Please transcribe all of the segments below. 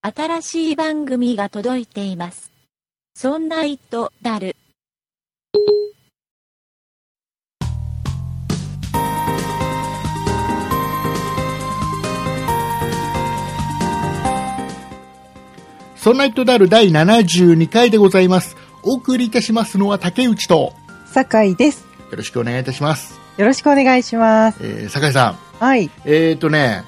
新しい番組が届いています。そんな糸だる。そんな糸である第72回でございます。お送りいたしますのは竹内と、酒井です。よろしくお願いいたします。よろしくお願いします。えー、酒井さん、はい。えーとね、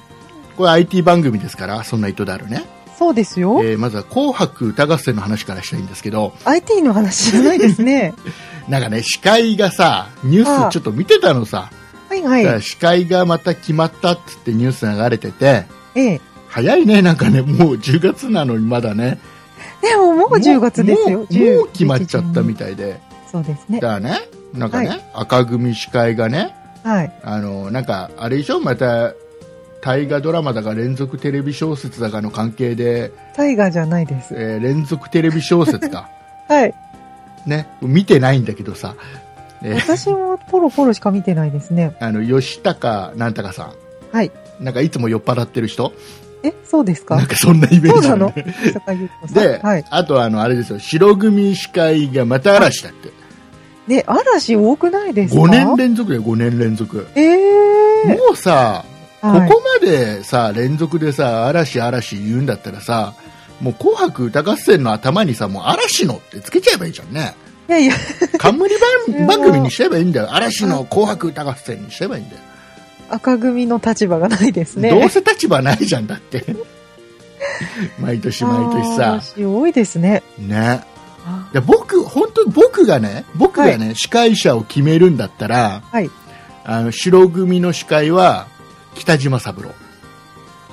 これ IT 番組ですから、そんな糸であるね。そうですよ。えー、まずは紅白歌合戦の話からしたいんですけど、 IT の話じゃないです ね。なんかね、司会がさ、ニュースちょっと見てたのさ、はいはだからい。司会がまた決まったっつってニュース流れてて、ええ。早いね、なんかね、もう10月なのにまだね。でももう10月ですよ。もうもう10決まっちゃったみたいで。そうですね。だからね、なんかね、は赤組司会がね、はい。あのなんかあれでしょまた大河ドラマだか連続テレビ小説だかの関係で、タイガーじゃないです。えー連続テレビ小説か はい。ね見てないんだけどさ、えー私もポロポロしか見てないですね。あの吉高なんたかさはい。んなんかいつも酔っ払ってる人え、そうですなんかかそんなイメそーうジなあるのね坂井優子さん。で、はい。あとあのあれですよ白組司会がまた嵐だってね、嵐多くないですか5年連続だよ5年連続ええもうさー。こはい。こまでさ、連続でさ、嵐嵐言うんだったらさ、もう紅白歌合戦の頭にさ、もう嵐のってつけちゃえばいいじゃんね。 いやいや、冠れ番は番組にしちゃえばいいんだよ。嵐の紅白歌合戦にしちゃえばいいんだよ。赤組の立場がないですね。どうせ立場ないじゃんだ って。毎年毎年あーさ。嵐多いですね。ね。あで僕、本当に僕がね、僕がね、司会者を決めるんだったら、はい。あの、白組の司会は北島三郎。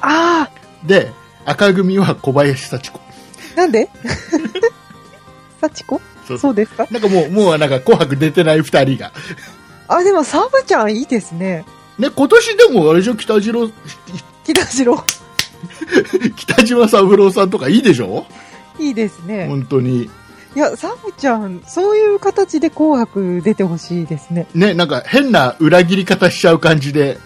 あで、赤組は小林幸子。ーなん で幸子そうそうですかなんかもう、もうなんか紅白出てない二人が。あ、でもサブちゃんいいですね。ね、今年でもあれでしょ、北次郎、木田次郎。 北島三郎さんとかいいでしょいいですね。本当に。いや、サブちゃん、そういう形で紅白出てほしいですね。ね、なんか変な裏切り方しちゃう感じで、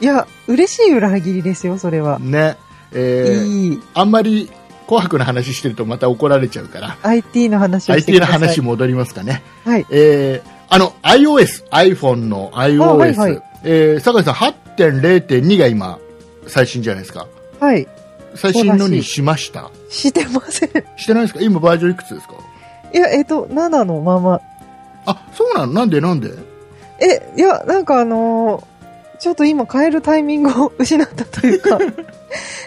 いや、嬉しい裏切りですよ、それは。ね。えー、いい。あんまり紅白の話してるとまた怒られちゃうから、 IT の話をし IT てくのださい。話戻りますかね。はい。えー、あの、iOS、iPhone の iOS、あはいはいえー、酒井さん8.0.2が今、最新じゃないですか。はい。最新のにしました。してません。 してないですか今バージョンいくつですかいや、えっと、7のまま。あ、そうなのなんでなんでえ、いや、なんかあのーちょっと今変えるタイミングを失ったとい うか、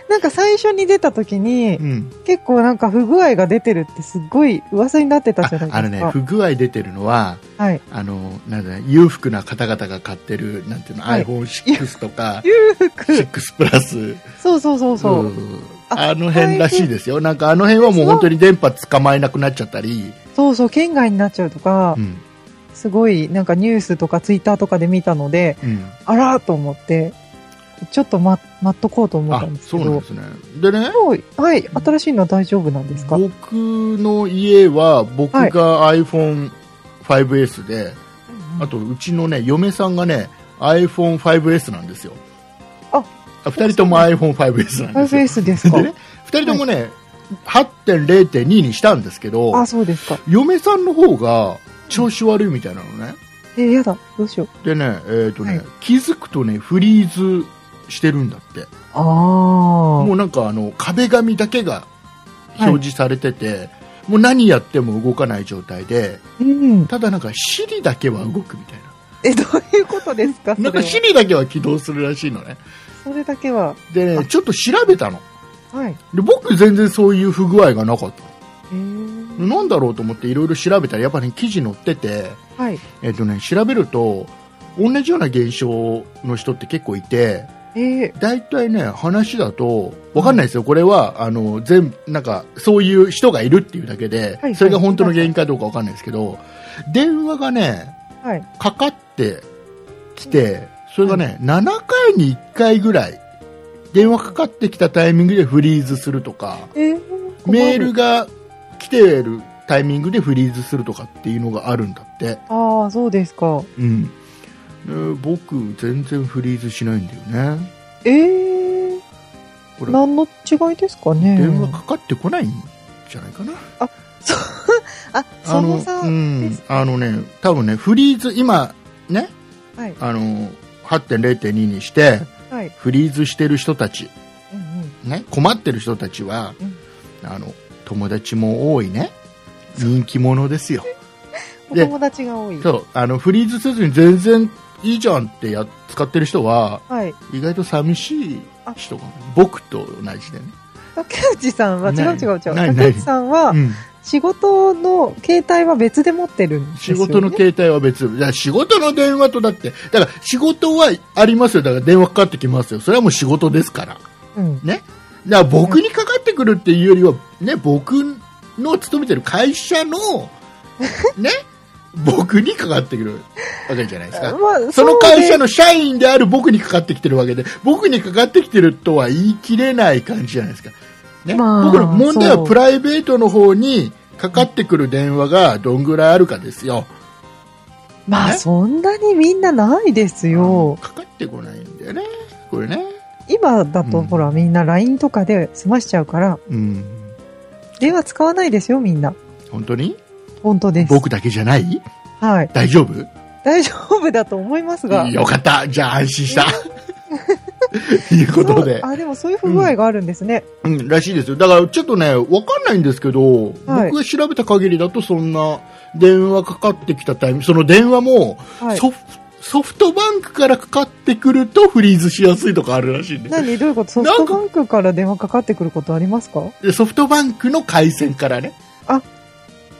なんか最初に出た時にう、ん。結構なんか不具合が出てるってすっごい噂になってたあじゃないですか。あのね、不具合出てるのは、はい。あの、なんだね、裕福な方々が買ってる、なんていうの、はい iPhone6 とか、 裕福。 6プラス、そうそうそうそう。んああの辺らしいですよ。なんかあの辺はもう本当に電波捕まえなくなっちゃったり、そうそう、県外になっちゃうとかう、ん。すごいなんかニュースとかツイッターとかで見たので、うん。あらーと思って、ちょっと待待っとこうと思ったあんで、すそけうなんどで。すね。でね、もう、はい、新しいのは大丈夫なんですか僕の家は、僕が iPhone5S で、あと、うちのね、嫁さんがね、iPhone5S なんですよ。ああ、二人とも iPhone5S なんですよ。 ?5S ですかでね、二人ともね、8.0.2にしたんですけど、あ、そうですか。嫁さんの方が調子悪いみたいなのね。えーやだ、どうしよう。でね、えっ、とね、はい気づくとね、フリーズしてるんだって。あもー。うなんかあの、壁紙だけが表示されてて、もう何やっても動かない状態で、うん。ただなんか Siri だけは動くみたいな。え、どういうことですかそなれんかは Siri だけは起動するらしいのね。それだけは。でね、あちょっと調べたの。はい。で、僕全然そういう不具合がなかった。えー、なんだろうと思っていろいろ調べたら、やっぱね、記事載ってて、はい。えっ、とね、調べると、同じような現象の人って結構いて、えー、大体ね、話だと、わかんないですよ。これは、あの、全、なんか、そういう人がいるっていうだけで、はいそれが本当の原因かどうかわかんないですけど、電話がね、はい。かかってきて、それがね、7回に1回ぐらい、電話かかってきたタイミングでフリーズするとか、えー、困るメール。が来てるタイミングでフリーズするとかっていうのがあるんだって。あー、そうですか。うん。で僕、全然フリーズしないんだよね。えー、これ何の違いですかね。電話かかってこないんじゃないかな、あ、あそののさ、うんあのね多分ねフリーズ今ねはい、あの8.0.2にしてはい、フリーズしてる人たち、うんうん、ね、困ってる人たちは、うんあの友達も多いね人気者ですよおで友達が多い。そうあのフリーズせずに全然いいじゃんってや使ってる人ははい、意外と寂しい人が僕と同じでね、竹内さんは違ないう違う違う。ない竹内さんはうん仕事の携帯は別で持ってるんです仕よ、ね。事の携帯は別だから仕事の電話とだってだから仕事はありますよだから電話かかってきますよそれはもう仕事ですからだかうん、ら僕にかかってくるっていうよりは、ね、僕の勤めてる会社 のね僕にかかってくるわけじゃないですかまあその会社のの社員である僕にかかってきてるわけで、僕にかかってきてるとは言い切れない感じじゃないですか。ねまあ僕の問題そはうプライベートの方にかかってくる電話がどんぐらいあるかですよ。まあねそんなにみんなないですよ。かかってこないんだよね、これね。今だとうんほらみんな LINE とかで済ましちゃうから、うん、電話使わないですよみんな。本当に本当です。僕だけじゃないはい。大丈夫大丈夫だと思いますが。よかった。じゃあ安心 した。ということでそう。あ、でもそういう不具合があるんですね。うん、らしいですよ。だからちょっとね、わかんないんですけど、はい僕が調べた限りだとそんな電話かかってきたタイム、その電話もはい。ソフ,、ソフトバンクからかかってくるとフリーズしやすいとかあるらしいんですよ何どういうことソフトバンクから電話かかってくることありますかでソフトバンクの回線からね。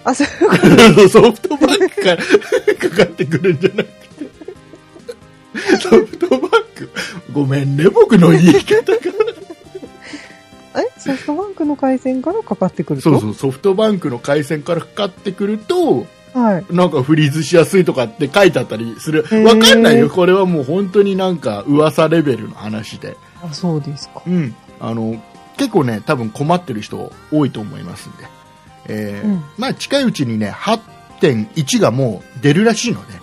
あ、そういう こソフトバンクからかかってくるんじゃなくて。ソフトバンク。ごめんね、僕の言い方が。と。えソフトバンクの回線からかかってくると そうそう、ソフトバンクの回線からかかってくると、はい。なんかフリーズしやすいとかって書いてあったりするー。わかんないよ。これはもう本当になんか噂レベルの話で。あ、そうですか。うん。あの、結構ね、多分困ってる人多いと思いますんで。えーうんまあ近いうちにね、8.1がもう出るらしいので、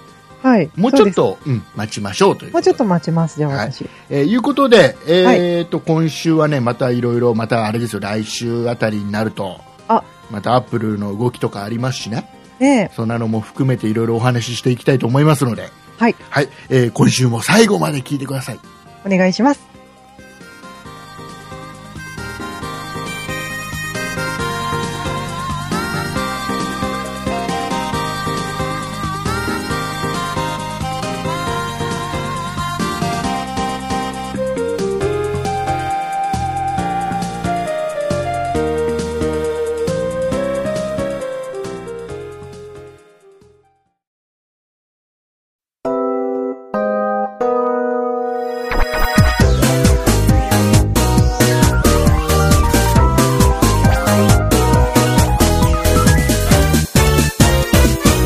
はい。もうちょそっです。と、うん、待ちましょうというもこうとちょっで。と待ちます、じゃあ私。えーいうことで、えーと、今週はね、またいろいろ、またあれですよ、来週あたりになると、あまたアップルの動きとかありますしね。ねそんなのも含めていろいろお話ししていきたいと思いますので、え。はい。はい、えー今週も最後まで聞いてください。お願いします。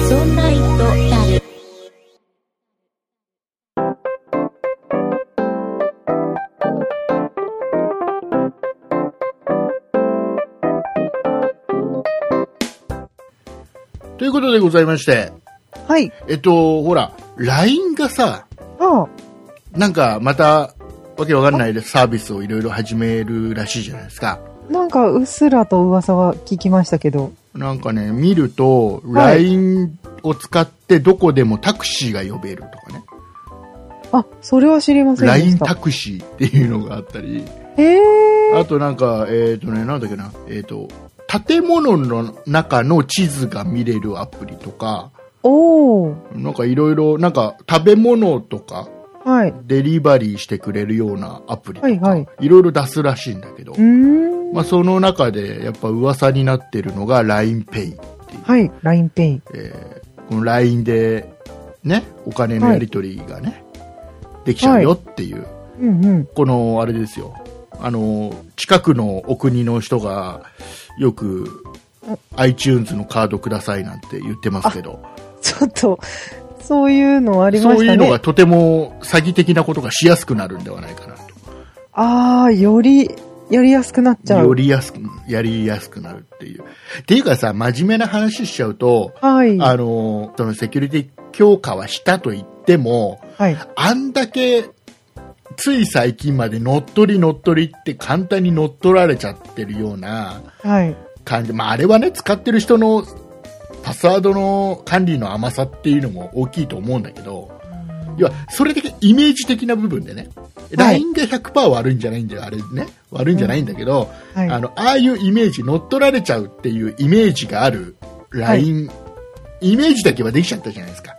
そんな糸だる。ということでございまして、はい。えっと、ほら、LINE がさ、あなんかまた、わけわかんないでサービスをいろいろ始めるらしいじゃないですか。あ、なんかうっすらと噂は聞きましたけど。なんかね、見ると、はい LINE を使ってどこでもタクシーが呼べるとかね、あ、それは知りませんでし LINE た。タクシーっていうのがあったり、へえ。あとなんか、えっ、とね、なんだっけな、えっ、と、建物の中の地図が見れるアプリとか、おお。なんかいろいろ、なんか食べ物とか、はい。デリバリーしてくれるようなアプリとか、はいいはいろいろ出すらしいんだけどうー、ん。まあ、その中でやっぱ噂になってるのが LINEPay っていう、はい。LINEPay。えーこの LINE で、ね、お金のやり取りがね、できちゃうよっていう、うんうん。このあれですよ、あの、近くのお国の人がよくあ iTunes のカードくださいなんて言ってますけど、 ちょっと、そういうのありまそうしいたうのがね。とても詐欺的なことがしやすくなるんではないかなと。ああ、より、やりやすくなっちゃよう。りやすく、やりやすくなるっていう。っていうかさ、真面目な話しちゃうと、はい。あの、そのセキュリティ強化はしたと言っても、はい。あんだけつい最近まで乗っ取り乗っ取りって簡単に乗っ取られちゃってるようなはい。感じ、まあ、あれはね使ってる人のパスワードの管理の甘さっていうのも大きいと思うんだけど要はそれだけイメージ的な部分でね、はい LINE が100%悪いんじゃないんだよあれね悪いんじゃないんだけど、はい。あのああいうイメージ乗っ取られちゃうっていうイメージがある LINE、イメージだけはできちゃったじゃないですか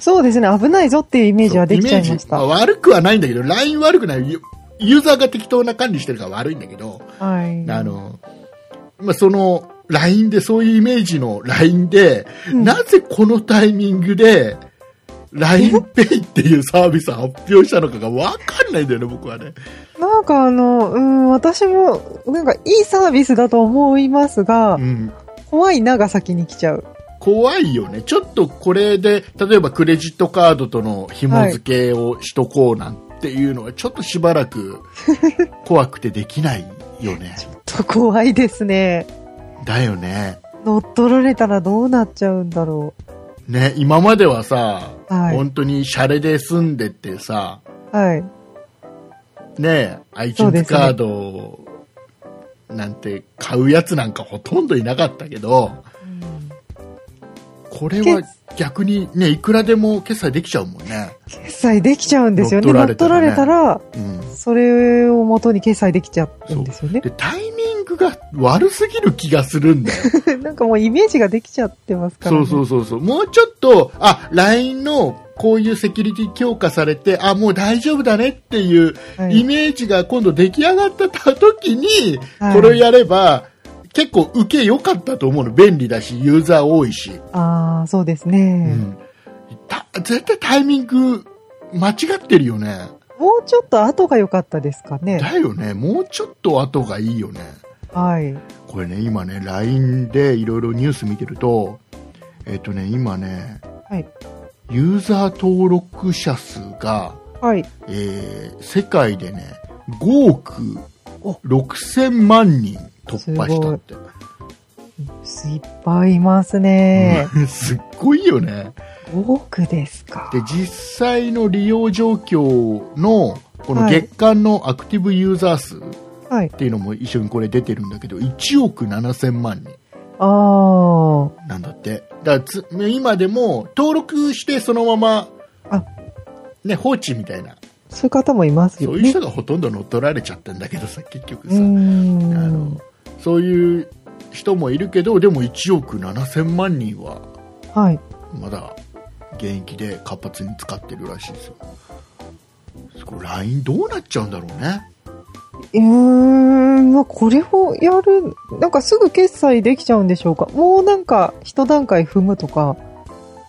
そうですね。危ないぞっていうイメージはできちゃいましそうイメージた。まあ悪くはないんだけど、LINE 悪くない。ユユーザーが適当な管理してるから悪いんだけど、はい。あの、まあ、その、LINE で、そういうイメージの LINE で、うんなぜこのタイミングで、LINEPay っていうサービスを発表したのかが分かんないんだよね、僕はね。なんかあの、うん、私も、なんかいいサービスだと思いますが、うん。怖いなが先に来ちゃう。怖いよね。ちょっとこれで、例えばクレジットカードとの紐付けをしとこうなんていうのは、ちょっとしばら く怖くてできないよね。と怖いですね。だよね。乗っ取られたらどうなっちゃうんだろね、今まではさ、はい本当にシャレで住んでてさ、う。はい。ね、そうで iTunes すねカードをなんて買うやつなんかほとんどいなかったけど、これは決逆にね、いくらでも決済できちゃうもんね。決済できちゃうんですよね。乗乗っっ取取らられれたたら、うん。それを元に決済できちゃうんですよね。で、タイミングが悪すぎる気がするんだよ。 なんかもうイメージができちゃってますか そら、ね。うそうそうそう。もうちょっと、あ、LINE のこういうセキュリティ強化されて、あ、もう大丈夫だねっていうはいイメージが今度出来上がった時に、はいこれをやれば、結構受け良かったと思うの。便利だし、ユーザー多いし。ああ、そうですうね、ん。た絶対タイミング間違ってるよね。もうちょっと後が良かったですかね。だよね。もうちょっと後がいいよね。はい。これね、今ね、LINE でいろいろニュース見てると、えっとね、今ね、はい。ユーザー登録者数が、はい。えー世界でね、5億お6000万人突破したって。いっぱいいますね。うん すっごいよね。 5億ですか。で、実際の利用状況の、このはい月間のアクティブユーザー数っはい。ていうのも一緒にこれ出てるんだけど、1億7000万人ああ。なんだって。だからつ今でも登録してそのままあ、ね、放置みたいな。そういう方もいますそよういうね。人がほとんど乗っ取られちゃったんだけどさ、結局うさ。あーんの。そういう人もいるけどでも1億7000万人ははい。まだ現役で活発に使ってるらしいですよそこ LINE どうなっちゃうんだろうねうーん、まあ、これをやる、なんかすぐ決済できちゃうんでしょうか。もうなんか、一段階踏むとか。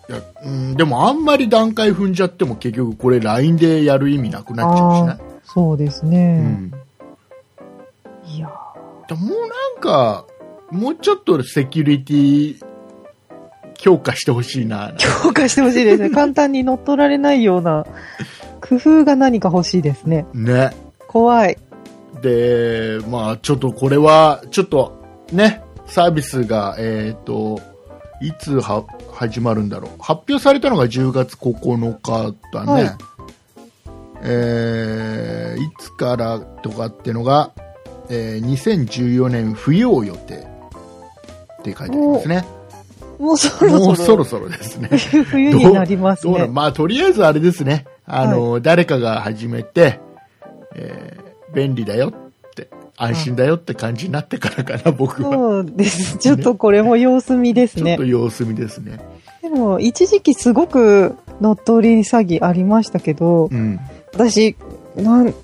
いやうんでもあんまり段階踏んじゃっても結局これ LINE でやる意味なくなっちゃうしあねあ、そうですうね。ん、だいやもうなんかもうちょっとセキュリティ強化してほしいな強化してほしい ですね。簡単に乗っ取られないような工夫が何か欲しいですね。ね怖い。で、まあ、ちょっとこれは、ちょっとね、サービスが、えっ、と、いつは始まるんだろう。発表されたのが10月9日だね。はいえーいつからとかってのが、えー2014年冬を予定って書いてありますね。もうそろそろもうそろそろですね。冬になりますどうなねの。まあ、とりあえずあれですね。あの、誰かが始めて、えー便利だよって、安心だよって感じになってからかな、僕は。そうです。 ちょっとこれも様子見ですちょっねと。様子見ですね。でも、一時期すごく乗っ取り詐欺ありましたけど、うん。私、なん、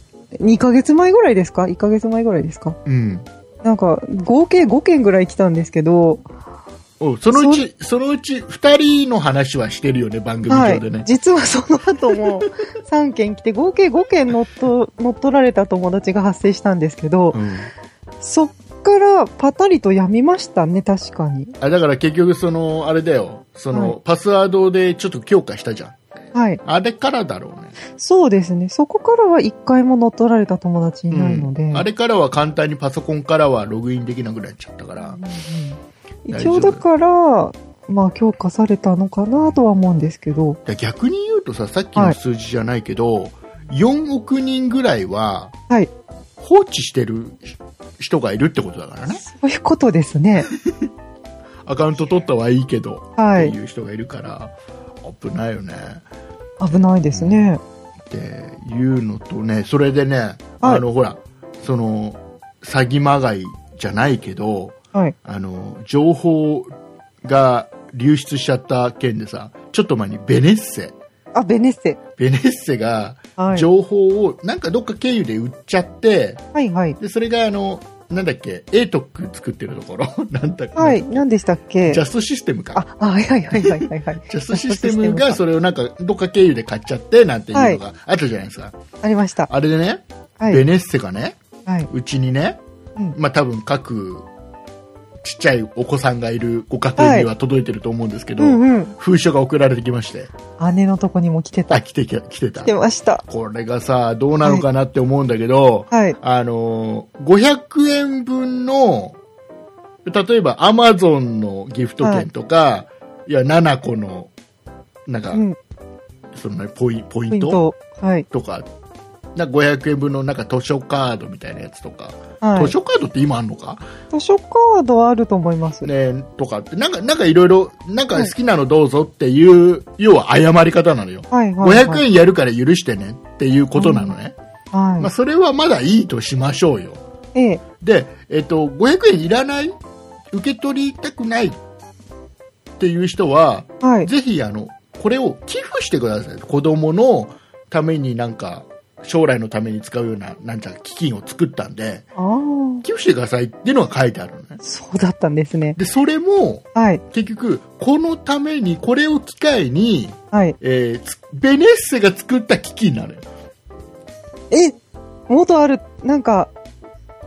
2ヶ月前ぐらいですか ?1 ヶ月前ぐらいですかうん。なんか、合計5件ぐらい来たんですけど、おそのうち、そのうち2人の話はしてるよね、番組は上でいね。。実はその後 も3件来て、合計5件乗っと乗っ取られた友達が発生したんですけどう、ん、そっからパタリとやみましたね、確かに。あだから結局、その、あれだよ、その、はパスワードでちょっと強化したじゃん。はい。あれからだろうね。そうですね。そこからは1回も乗っ取られた友達いないので。うんあれからは簡単にパソコンからはログインできなくなっちゃったから。うん一応だから、まあ、強化されたのかなとは思うんですけど、だから逆に言うとささっきの数字じゃないけど、 4億人ぐらいは、はい放置してる人がいるってことだからね。そういうことですね。アカウント取ったはいいけど、っはてい。いう人がいるから、危ないよね。危ないですね。っていうのとね、それでね、はいあの、ほら、その、詐欺まがいじゃないけど、はい。あの、情報が流出しちゃった件でさ、ちょっと前にベネッセ、あ、ベネッセ。ベネッセがはい。情報をなんかどっか経由で売っちゃって、はいはい。で、それがあの、なんだっけ、エイトック作ってるところ、 なんだっけ、はい。何でしたっけジャストシステムか。あ、あはいはいはいはいはいはい。ジャストシ ステムがそれをなんかどっか経由で買っちゃってなんていうのがあったじゃないですか。ありました。あれでね、はい。ベネッセがね、はい。うちにね、うんまあ多分各ちっちゃいお子さんがいるご家庭には届いてると思うんですけど、うんうん。封書が送られてきまして、姉のとこにも来てた。あ、来来てき来てた。てました。これがさ、どうなのかなって思うんだけど、はい。あのー、500円分の、例えばアマゾンのギフト券とか、い、や、7個の、なんか、うん。そのねポイポインポイントト。はい。とか、なんか500円分のなんか図書カードみたいなやつとか、はい。図書カードって今あんのか図書カードあると思います。ね、とかって、なんか、なんかいろいろ、なんか好きなのどうぞっていう、要は謝り方なのよ。はいはい、はい。 500円やるから許してねっていうことなのね。はい。まあ、それはまだいいとしましょうよ。ええ。で、えっと、500円いらない受け取りたくないっていう人は、はい。ぜひ、あの、これを寄付してください。子供のためになんか、将来のために使うような、なんちゃら基金を作ったんで、ああ。寄付してくださいっていうのが書いてあるのね。そうだったんですね。で、それも、はい。結局、このために、これを機会に、はい。えーつベネッセが作った基金なのよ。え元ある、なんか、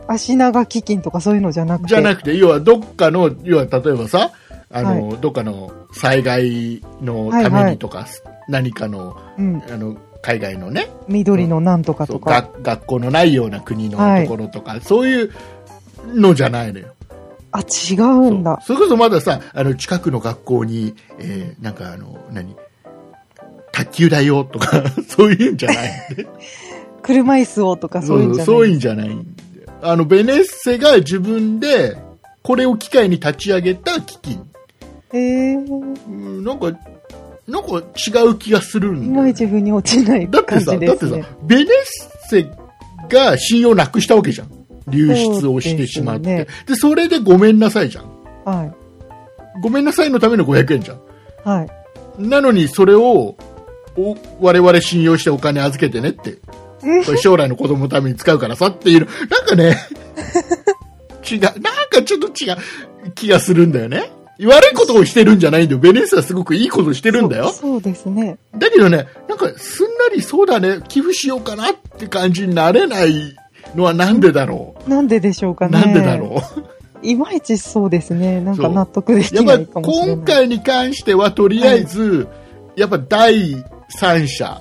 足長基金とかそういうのじゃなくて。じゃなくくて、要はどっかの、要は例えばさ、あの、どっかの災害のたはいめはにいとか、何かの、うん。あの、海外のね、緑のなんとかそうとか。が学校のないような国のはといころとか、そういうのじゃないのよ。あ、違うんだ。そうそれこそまださ、あの、近くの学校に、えーなんかあの、何卓球だよとか、 そういうんじゃない。 車椅子をとかそそういうんうじゃないそういうんじゃないんであのベネッセが自分でこれを機会に立ち上げた基金ええうんなんかなんか違う気がするいんだよまねいち腑に落ちないだって感さ、じだでってすさね。ベネッセが信用なくしたわけじゃん流出をしてしまってそうで,、ですそれでごめんなさいじゃんはごめんなさいのための500円じゃんい。はい。なのにそれをお我々信用してお金預けてねってえこれ将来の子供のために使うからさっていう、なんか ね、違う、なんかちょっと違う気がするんだよね。悪いことをしてるんじゃないんだよ。ベネッセはすごくいいことをしてるんだよそう。そうですね。だけどね、なんかすんなりそうだね、寄付しようかなって感じになれないのはなんでだろなんででしょうう。かね。なんでだろう。いまいちそうですね。なんそかう納得で きう。やなっいぱかもしれない。今回に関してはとりあえず、やっぱ第三者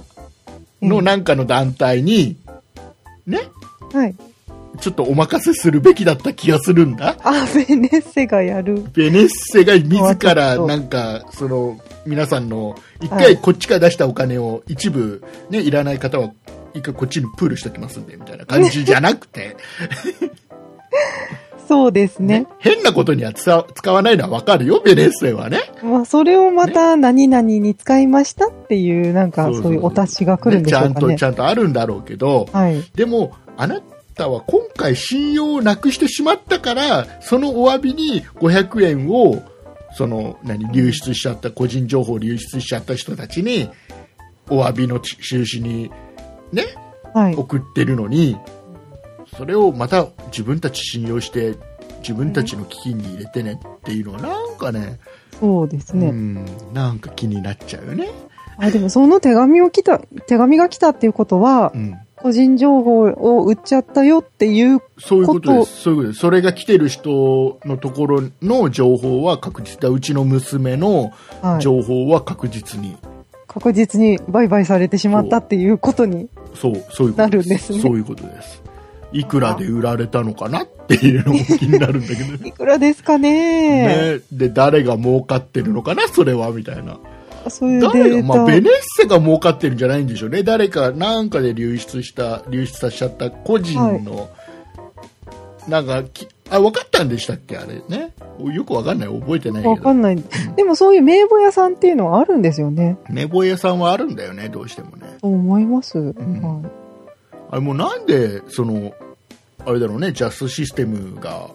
のなんかの団体に、ね、うんはい。ちょっとお任せするべきだった気がするんだ。あ、ベネッセがやる。ベネッセが自らなんか、その、皆さんの、一は回いこっちから出したお金を一部、ね、いらない方は、一回こっちにプールしときますんで、みたいな感じじゃなくて、そうですねね。変なことには使わ使わないのはわかるよ、ベネッセはね。 まあ、それをまた何々に使いましたっていう、なんそかうそうそういうお達しが来るねんちでしょうゃかんね。と、ちゃんとあるんだろうけど、はい。でも、あなたは今回信用をなくしてしまったから、そのお詫びに500円を、その、何、流出しちゃった、個人情報を流出しちゃった人たちに、お詫びの印に、ね、はい。送ってるのに、それをまた自分たち信用して、自分たちの基金に入れてねっていうのは、なんかね、そうですうね。ん、なんか気になっちゃうよね。あ、でもその手紙を来た、手紙が来たっていうことはう、ん。個人情報を売っちゃったよっていう、そういうことでことす。そういうことです。それが来てる人のところの情報は確実だ。うちの娘のはい、情報は確実に。確実に売買されてしまったっていうことに、そう、そういうことなるんですねそういうことです。いくらで売られたのかなっていうのも気になるんだ けどね。いくらですかねねで、誰が儲かってるのかなそれは、みたいな。そういうデ誰が、ータ。まあ、ベネッセが儲かってるんじゃないんでしょうね。誰か、なんかで流出した、流出させちゃった個人の、なんかき、あ、分かったんでしたっけあれね。よく分かんない。覚えてないわけかど。んない。でもそういう名簿屋さんっていうのはあるんですよね。寝坊屋さんはあるんだよね、どうしてもね。と思います。はいあれ、もうなんで、その、あれだろうね、ジャスシステムが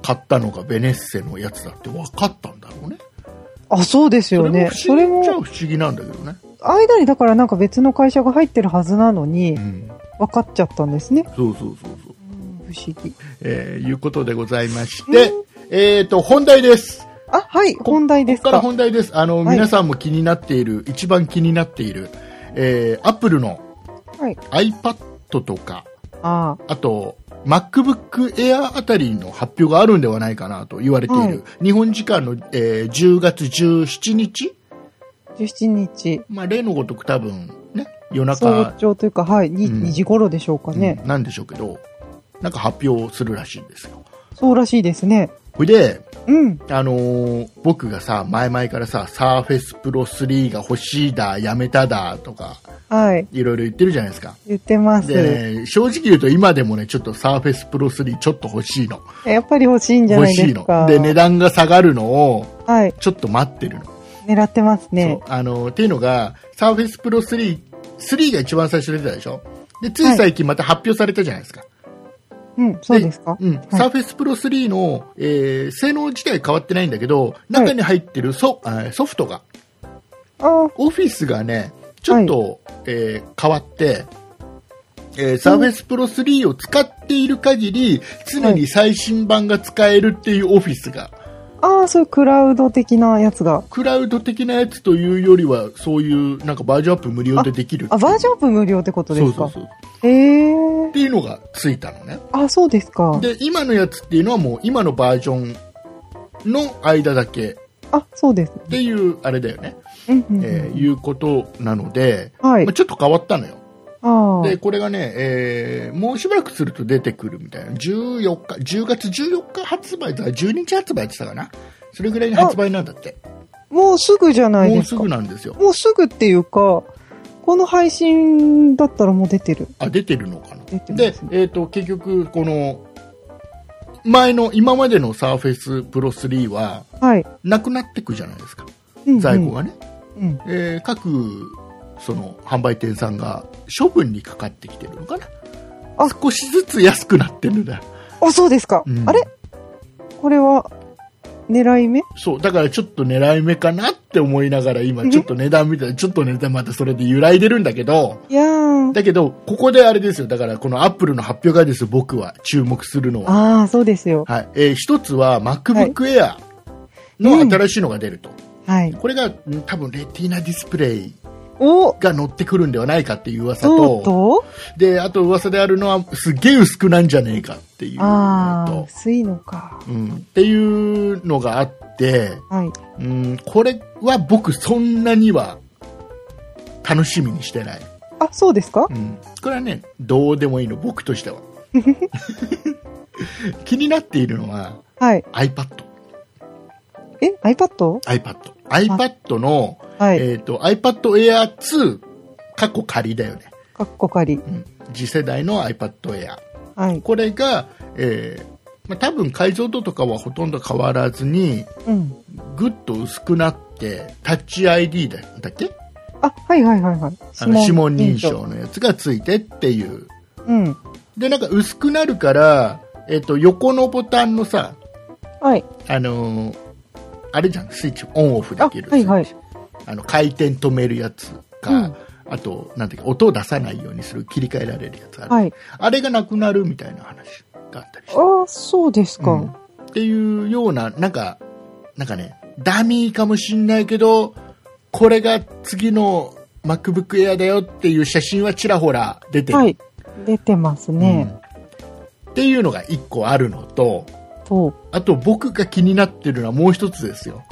買ったのがベネッセのやつだって分かったんだろうね。あ、そうですよね。そそれれも不思議っちゃも、不思議なんだけどね。間にだからなんか別の会社が入ってるはずなのにう、ん。分かっちゃったんですね。そうそうそうそう。不思議。えーいうことでございまして、えっ、と、本題です。あ、はい、こ本題ですここからか。本題です。あの、はい皆さんも気になっている、一番気になっている、えー、Apple のはい。 iPad とか、ああと、MacBook Air あたりの発表があるんではないかなと言われている、はい日本時間の、えー10月17日、あ、17日、まあ、例のごとく多分、ね、夜早中、朝というか、はい、にうん2時頃でしょうかね。うんなんでしょうけど、なんか発表するらしいんですよ。そうらしいですね。ほいで、うん。あのー僕がさ、前々からさ、サーフェスプロ3が欲しいだ、やめただ、とか、はい。いろいろ言ってるじゃないですか。言ってます。で、ね、正直言うと今でもね、ちょっとサーフェスプロ3ちょっと欲しいの。やっぱり欲しいんじゃ欲ないでしいすのか。。で、値段が下がるのを、はい。ちょっと待ってるの。狙ってますねそ。う。あのーっていうのが、サーフェスプロ3、3が一番最初出てたでしょで、つい最近また発表されたじゃないですか。うん、そうですか。うん。サーフェスプロ3の、えー性能自体変わってないんだけど、中に入ってるソ,、あーソフトが、あオフィスがね、ちょっと、えー変わって、えーサーフェスプロ3を使っている限り、常に最新版が使えるっていうオフィスが、ああ、そういうクラウド的なやつが。クラウド的なやつというよりは、そういうなんかバージョンアップ無料でできるあ、バージョンアップ無料ってことですそうかそうそう。へえっ。ていうのがついたのね。あ、そうですか。で、今のやつっていうのはもう今のバージョンの間だけあ、そうです。っていう、あれだよね、うんうんうんえーいうことなので、はいまあ。ちょっと変わったのよ。ああ。で、これがね、えーもうしばらくすると出てくるみたいな。14日、10月14日発売だ、12日発売って言ってたかな。それぐらいに発売なんだって。もうすぐじゃないもでうすすか。もぐうなんですよす。ぐっていうか、この配信だったらもう出てる。あ、出てるのかな。出てでますね、えっ、と、結局、この、前の、今までの Surface Pro 3は、はい。なくなってくじゃないですか。うんうん在庫。がね。うん。えー各、その、販売店さんが処分にかかってきてるのかな。あ少しずつ安くなってるんだよ。あ、そうですか。うんあれこれは、狙い目そう、だからちょっと狙い目かなって思いながら今えちょっと値段見たらちょっと値段またそれで揺らいでるんだけど、いやー。だけど、ここであれですよ。だからこのアップルの発表がですよ、僕は注目するのは。ああ、そうですよ。はい。えー一つは MacBook Air のうん新しいのが出ると。はい。これがうん多分レティーナディスプレイおが乗ってくるんではないかっていう噂とと、うとで、あと噂であるのはすげえ薄くなんじゃねえかっていううのああ、と、薄いのか。うん、っていうのがあって、はい。うん、これは僕そんなには楽しみにしてない。あ、そうですかうん、これはね、どうでもいいの、僕としては。 気になっているのははい。 iPad。え、iPad? iPad。iPad の、はい。えっ、と、iPad Air 2、過去仮だよね。かっこかり。うん、次世代の iPad Air。はい。これが、えーまあ、多分解像度とかはほとんど変わらずに、うん。ぐっと薄くなって、タッチ ID だだっけあ、はいはいはいはい。あの指紋認証。のやつがついてっていう。うん。で、なんか薄くなるから、えっ、と、横のボタンのさ、はい。あのーあれじゃん、スイッチオンオフであ、きる。はいはい。あの、回転止めるやつか、うんあと、なんていうか、音を出さないようにする、切り替えられるやつある。はい。あれがなくなるみたいな話があったりして。ああ、そうですか。うんっていうような、なんか、なんかね、ダミーかもしんないけど、これが次の MacBook Air だよっていう写真はちらほら出てる。はい。出てますね。うんっていうのが一個あるのと、と、あと僕が気になってるのはもう一つですよ。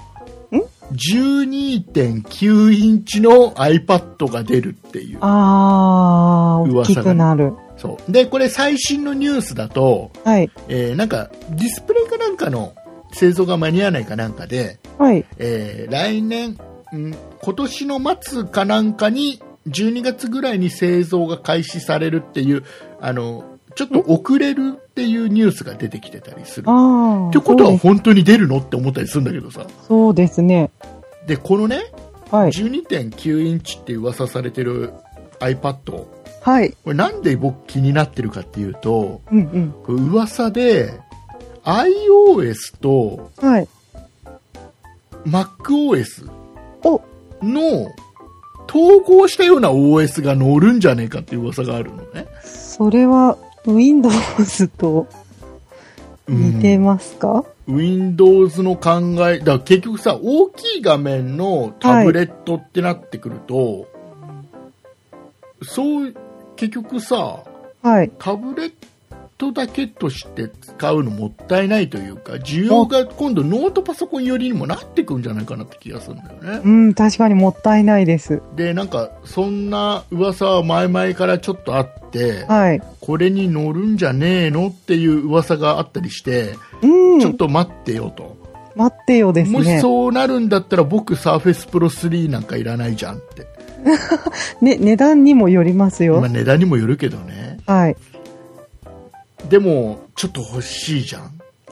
ん ?12.9 インチの iPad が出るっていう。ああ、大きくなる。そう。で、これ最新のニュースだと、はい。えーなんかディスプレイかなんかの製造が間に合わないかなんかで、はい。えー来年、うん今年の末かなんかに12月ぐらいに製造が開始されるっていうあのちょっと遅れるっていうニュースが出てきてたりするああ。ってことそうはです本当に出るのって思ったりするんだけどさそうですね。でこのねはい。 12.9インチって噂されてる iPad こはい。れなんで僕気になってるかっていうとうんうん。これ噂で iOS とはい。 MacOS お、の統合したような OS が乗るんじゃねえかっていう噂があるのねそれは Windows と似てますか、 Windows の考えだから結局さ大きい画面のタブレットってなってくると、そう結局さはい。タブレットだけとして使うのもったいないというか需要が今度ノートパソコン寄りにもなってくるんじゃないかなって気がするんだようねん、確かにもったいないです。でなんかそんな噂は前々からちょっとあってはい。これに乗るんじゃねえのっていう噂があったりして、うん。ちょっと待ってよと待ってよですもしね。そうなるんだったら僕 Surface Pro 3なんかいらないじゃんって、ね、値段にもよりますよ。まあ、値段にもよるけどねはい。 でもちょっと欲しいじゃん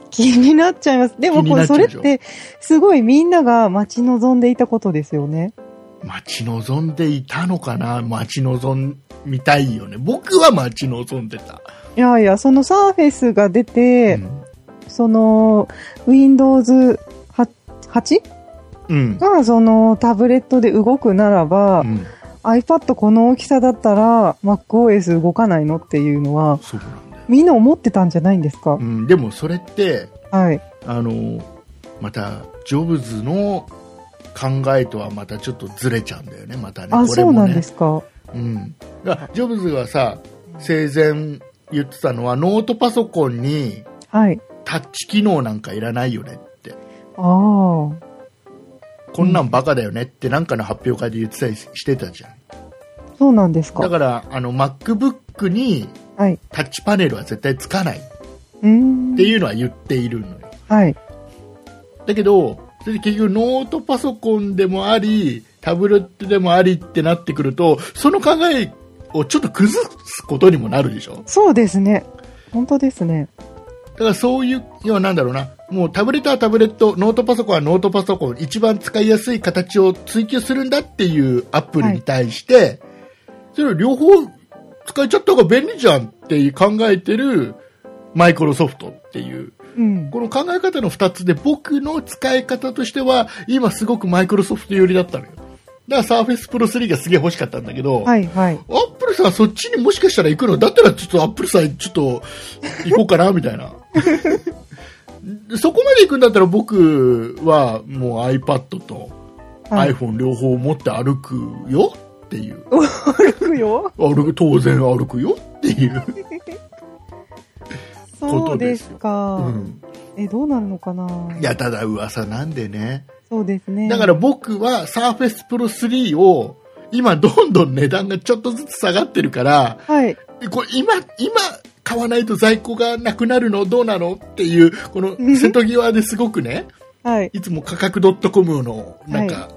気になっちゃいます。でも気こになっれ、ちゃそうれでっしょて、すごいみんなが待ち望んでいたことですよね。待ち望んでいたのかな待ち望みたいよね僕は待ち望んでた、いやいや、そのサーフェスが出て、うんその、Windows 8うんが、その、タブレットで動くならば、うん iPad この大きさだったら、MacOS 動かないのっていうのは、そうなんだよ、みんな思ってたんじゃないんですかう、ん、でもそれってはい。あのまたジョブズの考えとはまたちょっとずれちゃうんだよねまたねこあ、れそうもなんでねすか。うん、だからジョブズがさ生前言ってたのはノートパソコンにはい。タッチ機能なんかいらないよねってああ。こんなんバカだよねってなんかの発表会で言ってたりしてたじゃんそうなんですか。だからあの MacBook にはい。タッチパネルは絶対つかないっうーんて。いうのは言っているのよはい。だけどそれで結局ノートパソコンでもありタブレットでもありってなってくるとその考えをちょっと崩すことにもなるでしょそうですね。本当ですね。だからそういう、要はなんだろうな、もうタブレットはタブレット、ノートパソコンはノートパソコン、一番使いやすい形を追求するんだっていうアップルに対して、それを両方使えちゃった方が便利じゃんって考えてるマイクロソフトっていう、うん。この考え方の2つで僕の使い方としては、今すごくマイクロソフト寄りだったのよ。だから Surface Pro 3がすげえ欲しかったんだけど、はい、はい。アップルさんそっちにもしかしたら行くのだったらちょっとアップルさんちょっと行こうかなみたいな。そこまで行くんだったら僕はもう iPad とはい。 iPhone 両方持って歩くよっていう。歩く よ。歩く当然歩くよっていう。そこうとでですすよか。うん、え、どうなるのかないや、ただ噂なんでね。そうですね。だから僕は Surface Pro 3を今どんどん値段がちょっとずつ下がってるから、はい。これ今、今、買わないと在庫がなくなるのどうなのっていう、この瀬戸際ですごくね、はい。いつも価格 .com の、なんか、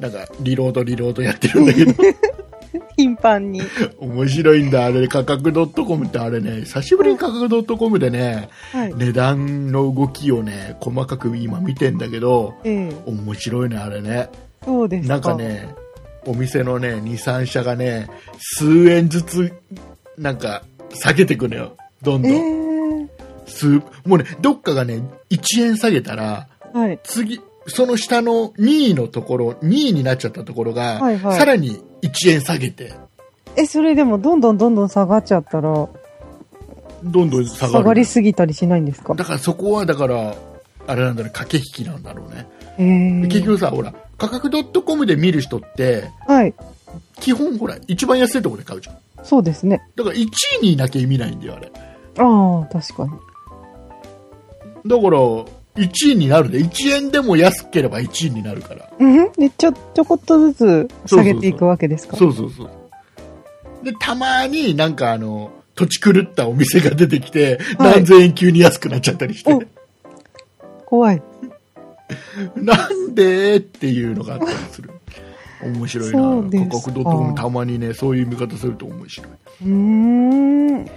なんか、リロードリロードやってるんだけど、 頻繁に。面白いんだ、あれ、価格 .com ってあれね、久しぶりに価格 .com でね、はい。値段の動きをね、細かく今見てんだけど、ええ面白いね、あれね。そうですか。なんか。ね、お店のね、2、3社がね、数円ずつ、なんか、下げてくのよ、どんえどん。え数もうね、どっかがね、1円下げたら、はい。次、その下の2位のところ、2位になっちゃったところが、はいはいさらに1円下げて、え、それでもどんどんどんどん下がっちゃったら、どんどん下が下る。がりすぎたりしないんですかだからそこは、だから、あれなんだろう、駆け引きなんだろうね。ええで結局さ、ほら、価格 .com で見る人って、はい。基本ほら、一番安いところで買うじゃん。そうですね。だから1位にいなきゃ意味ないんだよ、あれ。だかああ、確かに。ら、1位になるで、1円でも安ければ1位になるから。うんで、ちょ、ちょこっとずつ下げていくわけですかそうそうそう。で、たまになんかあの、土地狂ったお店が出てきて、はい何千円急に安くなっちゃったりして。お怖い。なんでっていうのがあったりする。面白いそうでな。すか価格 .com たまにね、そういう見方すると面白い。うーん。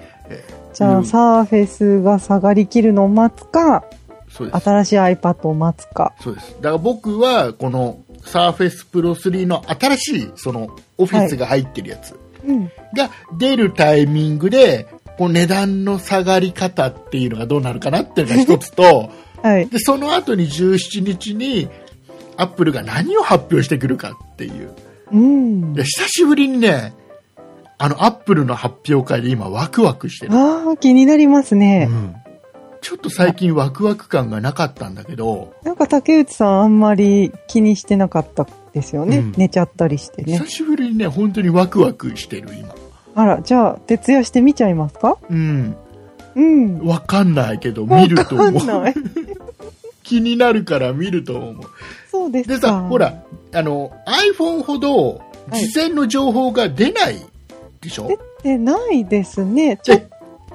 じゃうあ、んサーフェスが下がりきるのを待つか、そうです。新しい iPad を待つか。そうです。だから僕は、この Surface Pro 3の新しい、その、オフィスが入ってるやつうん。が出るタイミングで、この値段の下がり方っていうのがどうなるかなっていうのが一つ と、はい。で、その後に17日に、アップルが何を発表してくるかっていう。うんいや、。久しぶりにね、あの、アップルの発表会で今ワクワクしてる。ああ、気になりますね。うんちょっと最近ワクワク感がなかったんだけど、なんか竹内さんあんまり気にしてなかったですよね。うん寝ちゃったりしてね久。しぶりにね、本当にワクワクしてる今。あら、じゃあ、徹夜して見ちゃいますかうん。うん。わかんないけど、わ見るとかん思う。ない。 気になるから見ると思う。そうですか。でさ、ほ。ら、あの、iPhone ほどはい事前の情報が出ないでしょ、出てないですね。ちょっ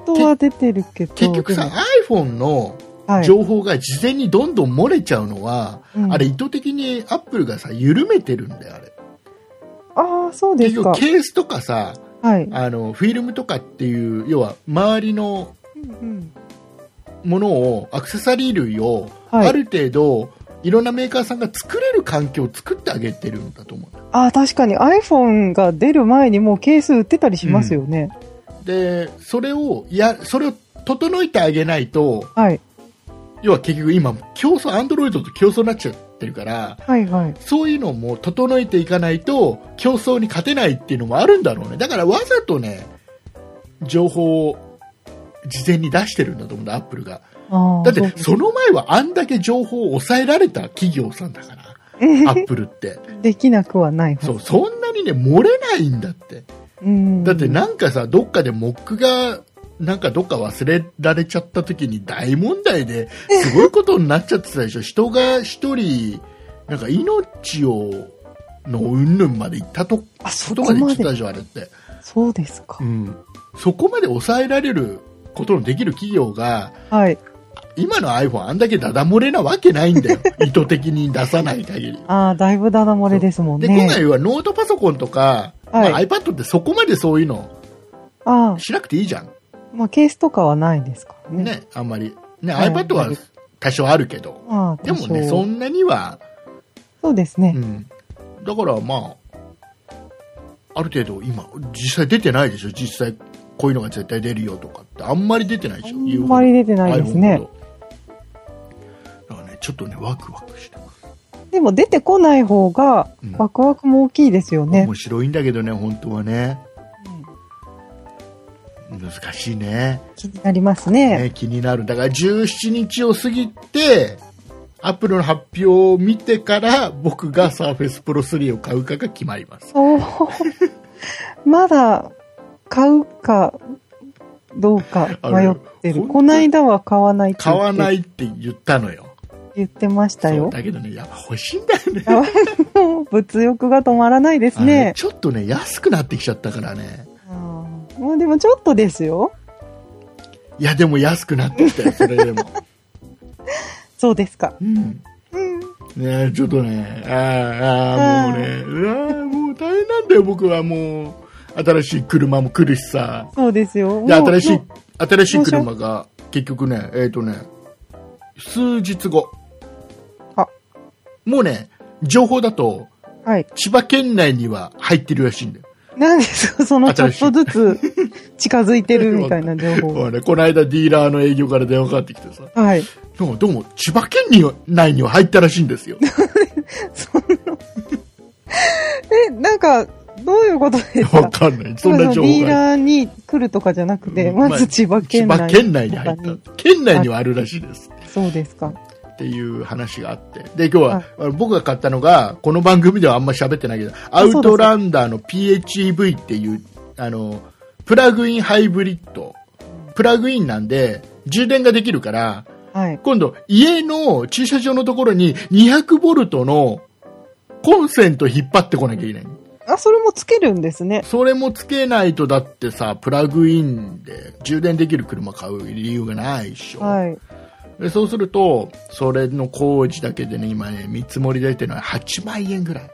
とは出てるけど。結局さで、 iPhone のも、はい、情報が事前にどんどん漏れちゃうのは、うんあれ意図的に Apple がさ、緩めてるんだよ、あれ。ああ、そうで結すか局。ケースとかさ、はい。あの、フィルムとかっていう、要は周りのうんうんものを、アクセサリー類を、はいある程度、いろんなメーカーさんが作れる環境を作ってあげてるんだと思う。ああ、確かに iPhone が出る前にもうケース売ってたりしますよね。でそれをいやそれを整えてあげないとはい。要は結局今競争アンドロイドと競争になっちゃってるからはいはい。そういうのも整えていかないと競争に勝てないっていうのもあるんだろうねだからわざとね情報を事前に出してるんだと思うんだアップルがああ。だってそそうの前はあんだけ情報を抑えられた企業さんだから アップルってできなくはないはずそうそんなにね漏れないんだってうん。だってなんかさどっかでモックがなんかどっか忘れられちゃった時に大問題ですごいことになっちゃってたでしょ人が一人なんか命をの云々まで行ったとこあ、そとこまで言まってでた。でしょあれって、そうですかう。ん、そこまで抑えられることのできる企業がはい。今の iPhone あんだけダダ漏れなわけないん だよ意図的に出さない限りああ、だいぶダダ漏れですもんで、ね。今回はノートパソコンとか、はいまあ iPad ってそこまでそういうのあしなくていいじゃんあ、まあケースとかはないですからね。ね、あんまり、ね、はい iPad は多少あるけど、まあ、でもね、多少そんなには、そうですねう。ん、だからまあ、ある程度、今、実際出てないでしょ、実際、こういうのが絶対出るよとかって、あんまり出てないでしょ、あんまり出てないですね言うほど。だからね、ちょっとね、ワクワクしてます。でも出てこない方がうんワクワクも大きいですよね面。白いんだけどね、本当はね、難しいね。気になりますね。ね、気になる。だから17日を過ぎて、アップルの発表を見てから、僕が Surface Pro 3を買うかが決まります。おー まだ買うかどうか迷ってあれる。こないだは買わないって買わないいって言ったのよ。言ってましたそうよ。だけどね、やっぱ欲しいんだよね。 もう物欲が止まらないですあのねね。ちょっとね、安くなってきちゃったからね。うんもうでもちょっとですよ。いや、でも安くなってきた よ、それでも。そうですか。うん。うん。ねちょっとね、あーあー、もうね、うわーもう大変なんだよ、僕はもう。新しい車も来るしさ。そうですよ。でもう新しいも新しい車が結局ねえっ、とね数日後あもうね情報だとうはい。千葉県内には入ってるらしいんだよ、なんですか、 そのちょっとずつ近づいてるみたい な情報ほらねこの間ディーラーの営業から電話かかってきてさはい。どうもどうも千葉県には内には入ったらしいんですよ え、なんか、どういうことですかわかんないそんな情ディ報ーがラーに来るとかじゃなくて、うんまず千葉千県内。葉県内に入った県内にはあるらしいですそうですか。っていう話があってで今日ははいあの僕が買ったのがこの番組ではあんま喋ってないけどアそうウだトランダーの PHEV っていうあのプラグインハイブリッドプラグインなんで充電ができるからはい。今度家の駐車場のところに200ボルトのコンセント引っ張ってこなきゃいけないあ、それもつけるんですね。それもつけないとだってさプラグインで充電できる車買う理由がないでしょ、はい。でそうすると、それの工事だけでね、今ね、見積もり出てるのは8万円ぐらい。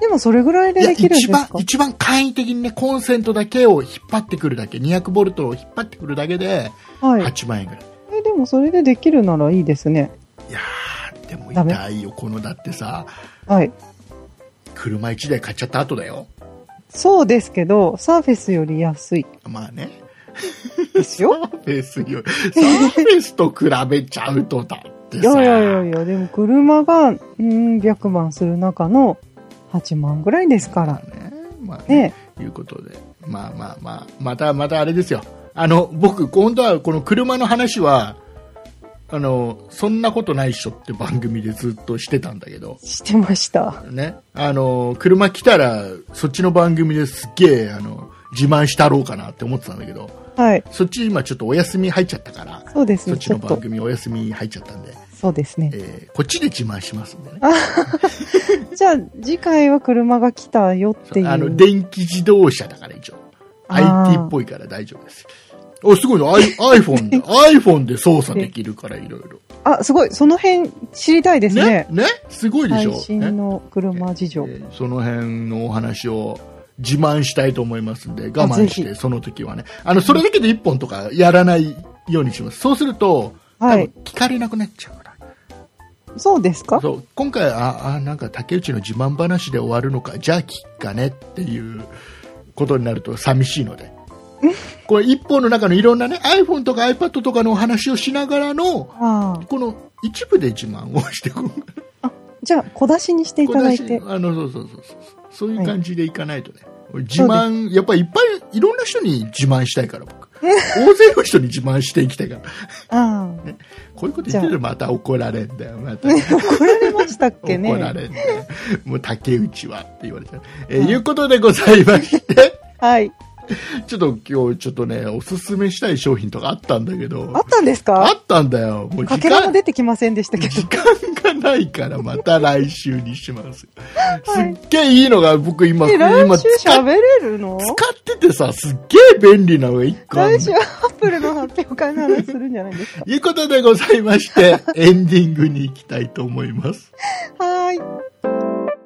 でもそれぐらいでいやできるんで一すか番、一番簡易的にね、コンセントだけを引っ張ってくるだけ、200ボルトを引っ張ってくるだけで、はい。 8万円ぐらい。え、でもそれでできるならいいですね。い、やー、でもダメ痛いよ、この、だってさ、はい。車1台買っちゃった後だよ。そうですけど、サーフェスより安いまあね。ですサよ。ーフェス よ、サーフェスと比べちゃうとだっていさや。いやいやいや、でも車が、うん、100万する中の8万ぐらいですかまら。あね、まあねねいうことで、まあまあまあ、またまたあれですよ。あの、僕、本当はこの車の話は、あの、そんなことないっしょって番組でずっとしてたんだけど、してました。ね。あの、車来たら、そっちの番組ですっげえ、あの、自慢したろうかなって思ってたんだけど、はい。そっち今ちょっとお休み入っちゃったから、そうですそっね。ちちょのっ番と。組お休み入っちゃったんで、そうですね。えーこっちで自慢しますんでね。じゃあ、次回は車が来たよっていう。あの、電気自動車だから一応。あー IT っぽいから大丈夫です。お、すごいの。I- iPhone で、iPhone で操作できるからいろいろ。あ、すごい。その辺知りたいですねね。ねすごいでし最ょ、新ねの車事情。えーその辺のお話を自慢したいと思いますんで、我慢しあぜて、その時はね。あの、それだけで1本とかやらないようにします。そうすると、多はい分聞かれなくなっちゃうから。そうですかそう今回ああなんか竹内の自慢話で終わるのかじゃあ聞っかねっていうことになると寂しいのでこれ一本の中のいろんなね iPhone とか iPad とかのお話をしながらのああ。この一部で自慢をしていくじゃあ、小出しにしていただいて。あのそうそうそうそうそういう感じでいかないとね、自慢やっぱりいっぱいいろんな人に自慢したいから 僕大勢の人に自慢していきたいからああ。こういうこと言ってるとまた怒られんだよまた怒られましたっけね。怒られんねもう竹内はって言われちゃう。えーいうことでございまして、はい。ちょっと今日ちょっとね、おすすめしたい商品とかあったんだけど、あったんですあかったんだよ。もうか時けらも間、出てきませんでしたけど時。間がないからまた来週にします。はいすっげえいいのが僕今、え、今来使週っ喋れるの使っててさ、すっげえ便利なのが一個ある。来週アップルの発表会の話するんじゃないです かいうことでございま して、エンディングに行きたいと思います。はーい。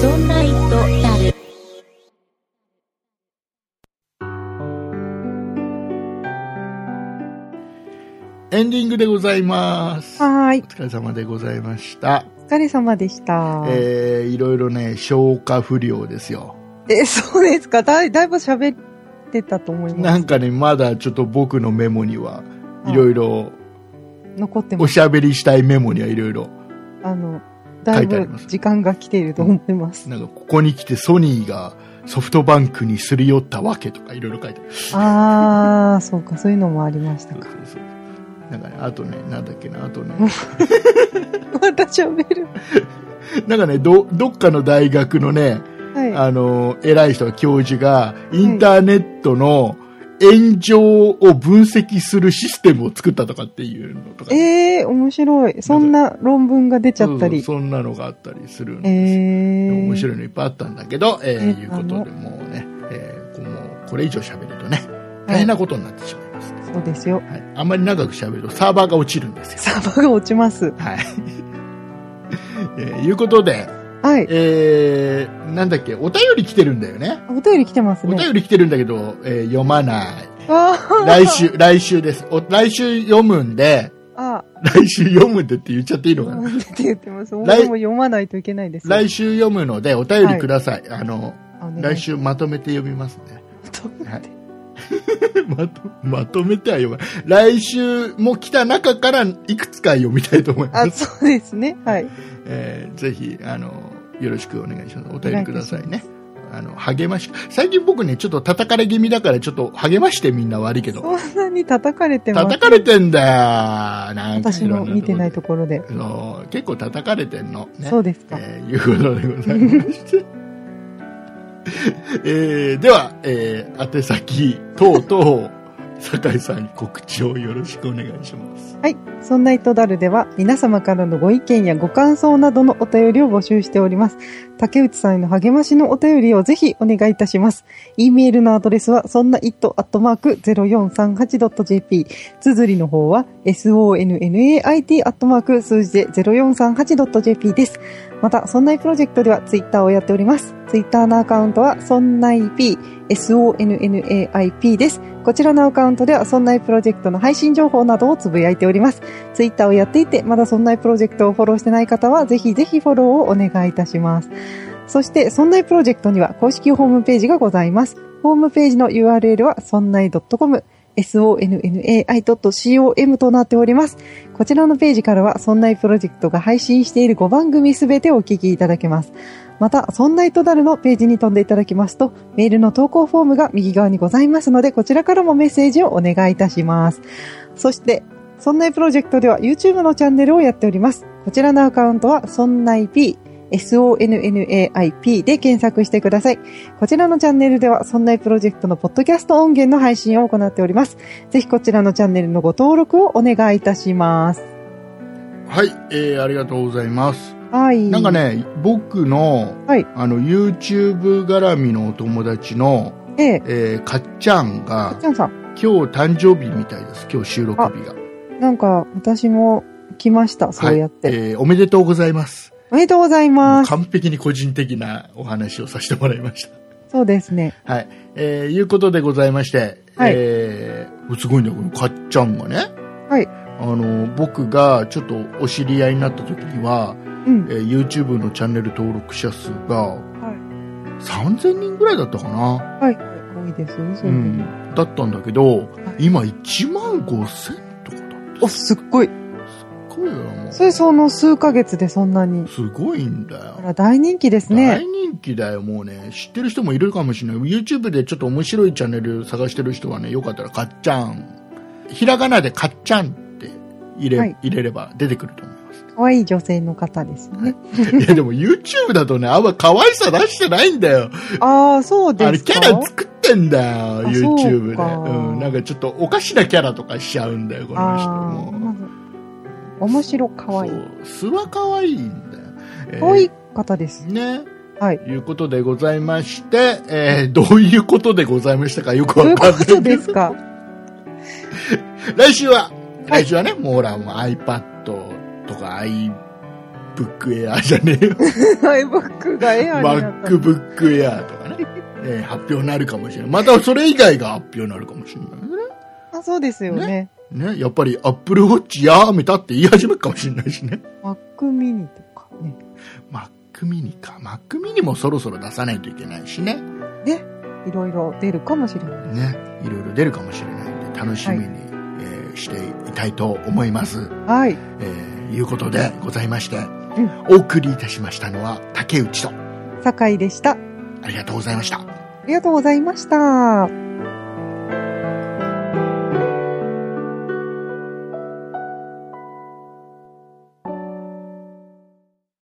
そんな糸だる。エンディングでございます。はーお。い疲れ様でございました。お疲れ様でした。ええー、いろいろね、消化不良ですよ。そうですかだいだいぶ喋ってたと思いまなす。んかね、まだちょっと僕のメモには、はいいろいろ、残っておます。しゃべりしたいメモにはいろいろ、あの、だい書いてありぶます時間が来ていると思います。なんかここに来てソニーがソフトバンクにすり寄ったわけとかいろいろ書いてある。あー、そうか、そういうのもありましたそうか。そうそうなんかね、あとね、なんだっけな、あとね、 また喋る。なんかね、ど、どっかの大学のね、はい。あの、偉い人が、教授が、インターネットの炎上を分析するシステムを作ったとかっていうのとか、えー、面白い。そんな論文が出ちゃったり。そうそうそんなのがあったりするんえですよ。ー。面白いのいっぱいあったんだけど、えーえいうことで、もうね、えーもうこれ以上喋るとね、大変なことになってしまいます。そうですよ。 はい、あんまり長く喋るとサーバーが落ちるんですよ。サーバーが落ちます。はい。 えーいうことで、はい。えーなんだっけ、お便り来てるんだよね。お便り来てますおね。便り来てるんだけど、えー読まない。わー来週、来週です。お来週読むんで、 あ、来週読むんでって言っちゃっていいのかな。なんて言ってます。俺も読まないといけないですよ。来週読むので、お便りください。あの、あお願い来し週まとめて読みますね。ますとはい まと、まとめては読まない。来週も来た中からいくつか読みたいと思いまあ、す。そうですね。はい。 えーぜひ、あの、よろしくお願いします。お便りくださいね。あの、励まし、最近僕ね、ちょっと叩かれ気味だから、ちょっと励ましてみんな悪いけど。そんなに叩かれてます。叩かれてんだよ。なんか私ろのんこで見てないところで。そう結構叩かれてんの、ね、そうですか。えーいうことでございまして えーでは、えー宛先等々、酒井さんに告知をよろしくお願いします。はい。そんな糸だるでは、皆様からのご意見やご感想などのお便りを募集しております。竹内さんへの励ましのお便りをぜひお願いいたします。e メールのアドレスは、そんな it.0438.jp。綴りの方は、sonnait. 数字で 0438.jp です。また、そんないプロジェクトではツイッターをやっております。ツイッターのアカウントは、そんない p、sonnaip です。こちらのアカウントでは、そんないプロジェクトの配信情報などをつぶやいております。ツイッターをやっていて、まだそんないプロジェクトをフォローしてない方は、ぜひぜひフォローをお願いいたします。そして、そんないプロジェクトには公式ホームページがございます。ホームページの URL は、そんない .com、sonnai.com となっております。こちらのページからは、そんないプロジェクトが配信している5番組すべてお聞きいただけます。また、そんないとだるのページに飛んでいただきますと、メールの投稿フォームが右側にございますので、こちらからもメッセージをお願いいたします。そして、そんないプロジェクトでは YouTube のチャンネルをやっております。こちらのアカウントは、そんない P、sonnaip で検索してください。こちらのチャンネルでは、そんないプロジェクトのポッドキャスト音源の配信を行っております。ぜひこちらのチャンネルのご登録をお願いいたします。はい、えーありがとうございます。はい。なんか。ね、僕の、はいあの、YouTube 絡みのお友達の、ええ。えーかっちゃんかがっち、ゃんさん、今日誕生日みたいです。今日収録日が。なんか私も来ました、そうやって。はいえーおめでとうございます。おめでとうございもうます。完璧に個人的なお話をさせてもらいました。そうですね。はい。えーいうことでございまして、はいえーすごいんだよ、このかっちゃんがね。はいあの、僕がちょっとお知り合いになった時には、うん。えー YouTube のチャンネル登録者数がはい。 3000人ぐらいだったかな。はい。多いですよね、そうういうのん。だったんだけど、今1万5000とかだって。お、すっごい。すごいよ、もう。それその数ヶ月でそんなに。すごいんだよ。あら、大人気ですね大。人気だよ、もうね。知ってる人もいるかもしれない。YouTube でちょっと面白いチャンネル探してる人はね、よかったら、かっちゃん。ひらがなでかっちゃんって入れ,、はい入れれば出てくると思います。可愛い女性の方ですね。いや、でも YouTube だとね、あんま可愛さ出してないんだよ。ああ、そうあでれ、すキか。ャラ作ってんだよ、あそうか YouTube で。うん、なんかちょっとおかしなキャラとかしちゃうんだよ、この人ああ、もま。ず面白可愛いそ。う、素は可愛いんだよ。えー可愛い方です。ね。はい。いうことでございまして、えーどういうことでございましたかよくどういわうかんこないとですか来週は、はい来週はね、もうほら、もう iPad とか iBook Air じゃねえよ。はい、バックがエアになった。 MacBook Air とか ね、えー発表になるかもしれない。またそれ以外が発表になるかもしれないあ、そうですよね。ね。ね、やっぱり Apple Watch やめたって言い始めるかもしれないしね。マックミニとかね。 Mac mini か。Mac mini もそろそろ出さないといけないしね。いろいろ出るかもしれない。ね、いろいろ出るかもしれないんで、楽しみに、はえーしていたいと思います。はい。えーいうことでございまして、んお送りいたしましたのは竹内と、酒井でした。ありがとうございました。ありがとうございました。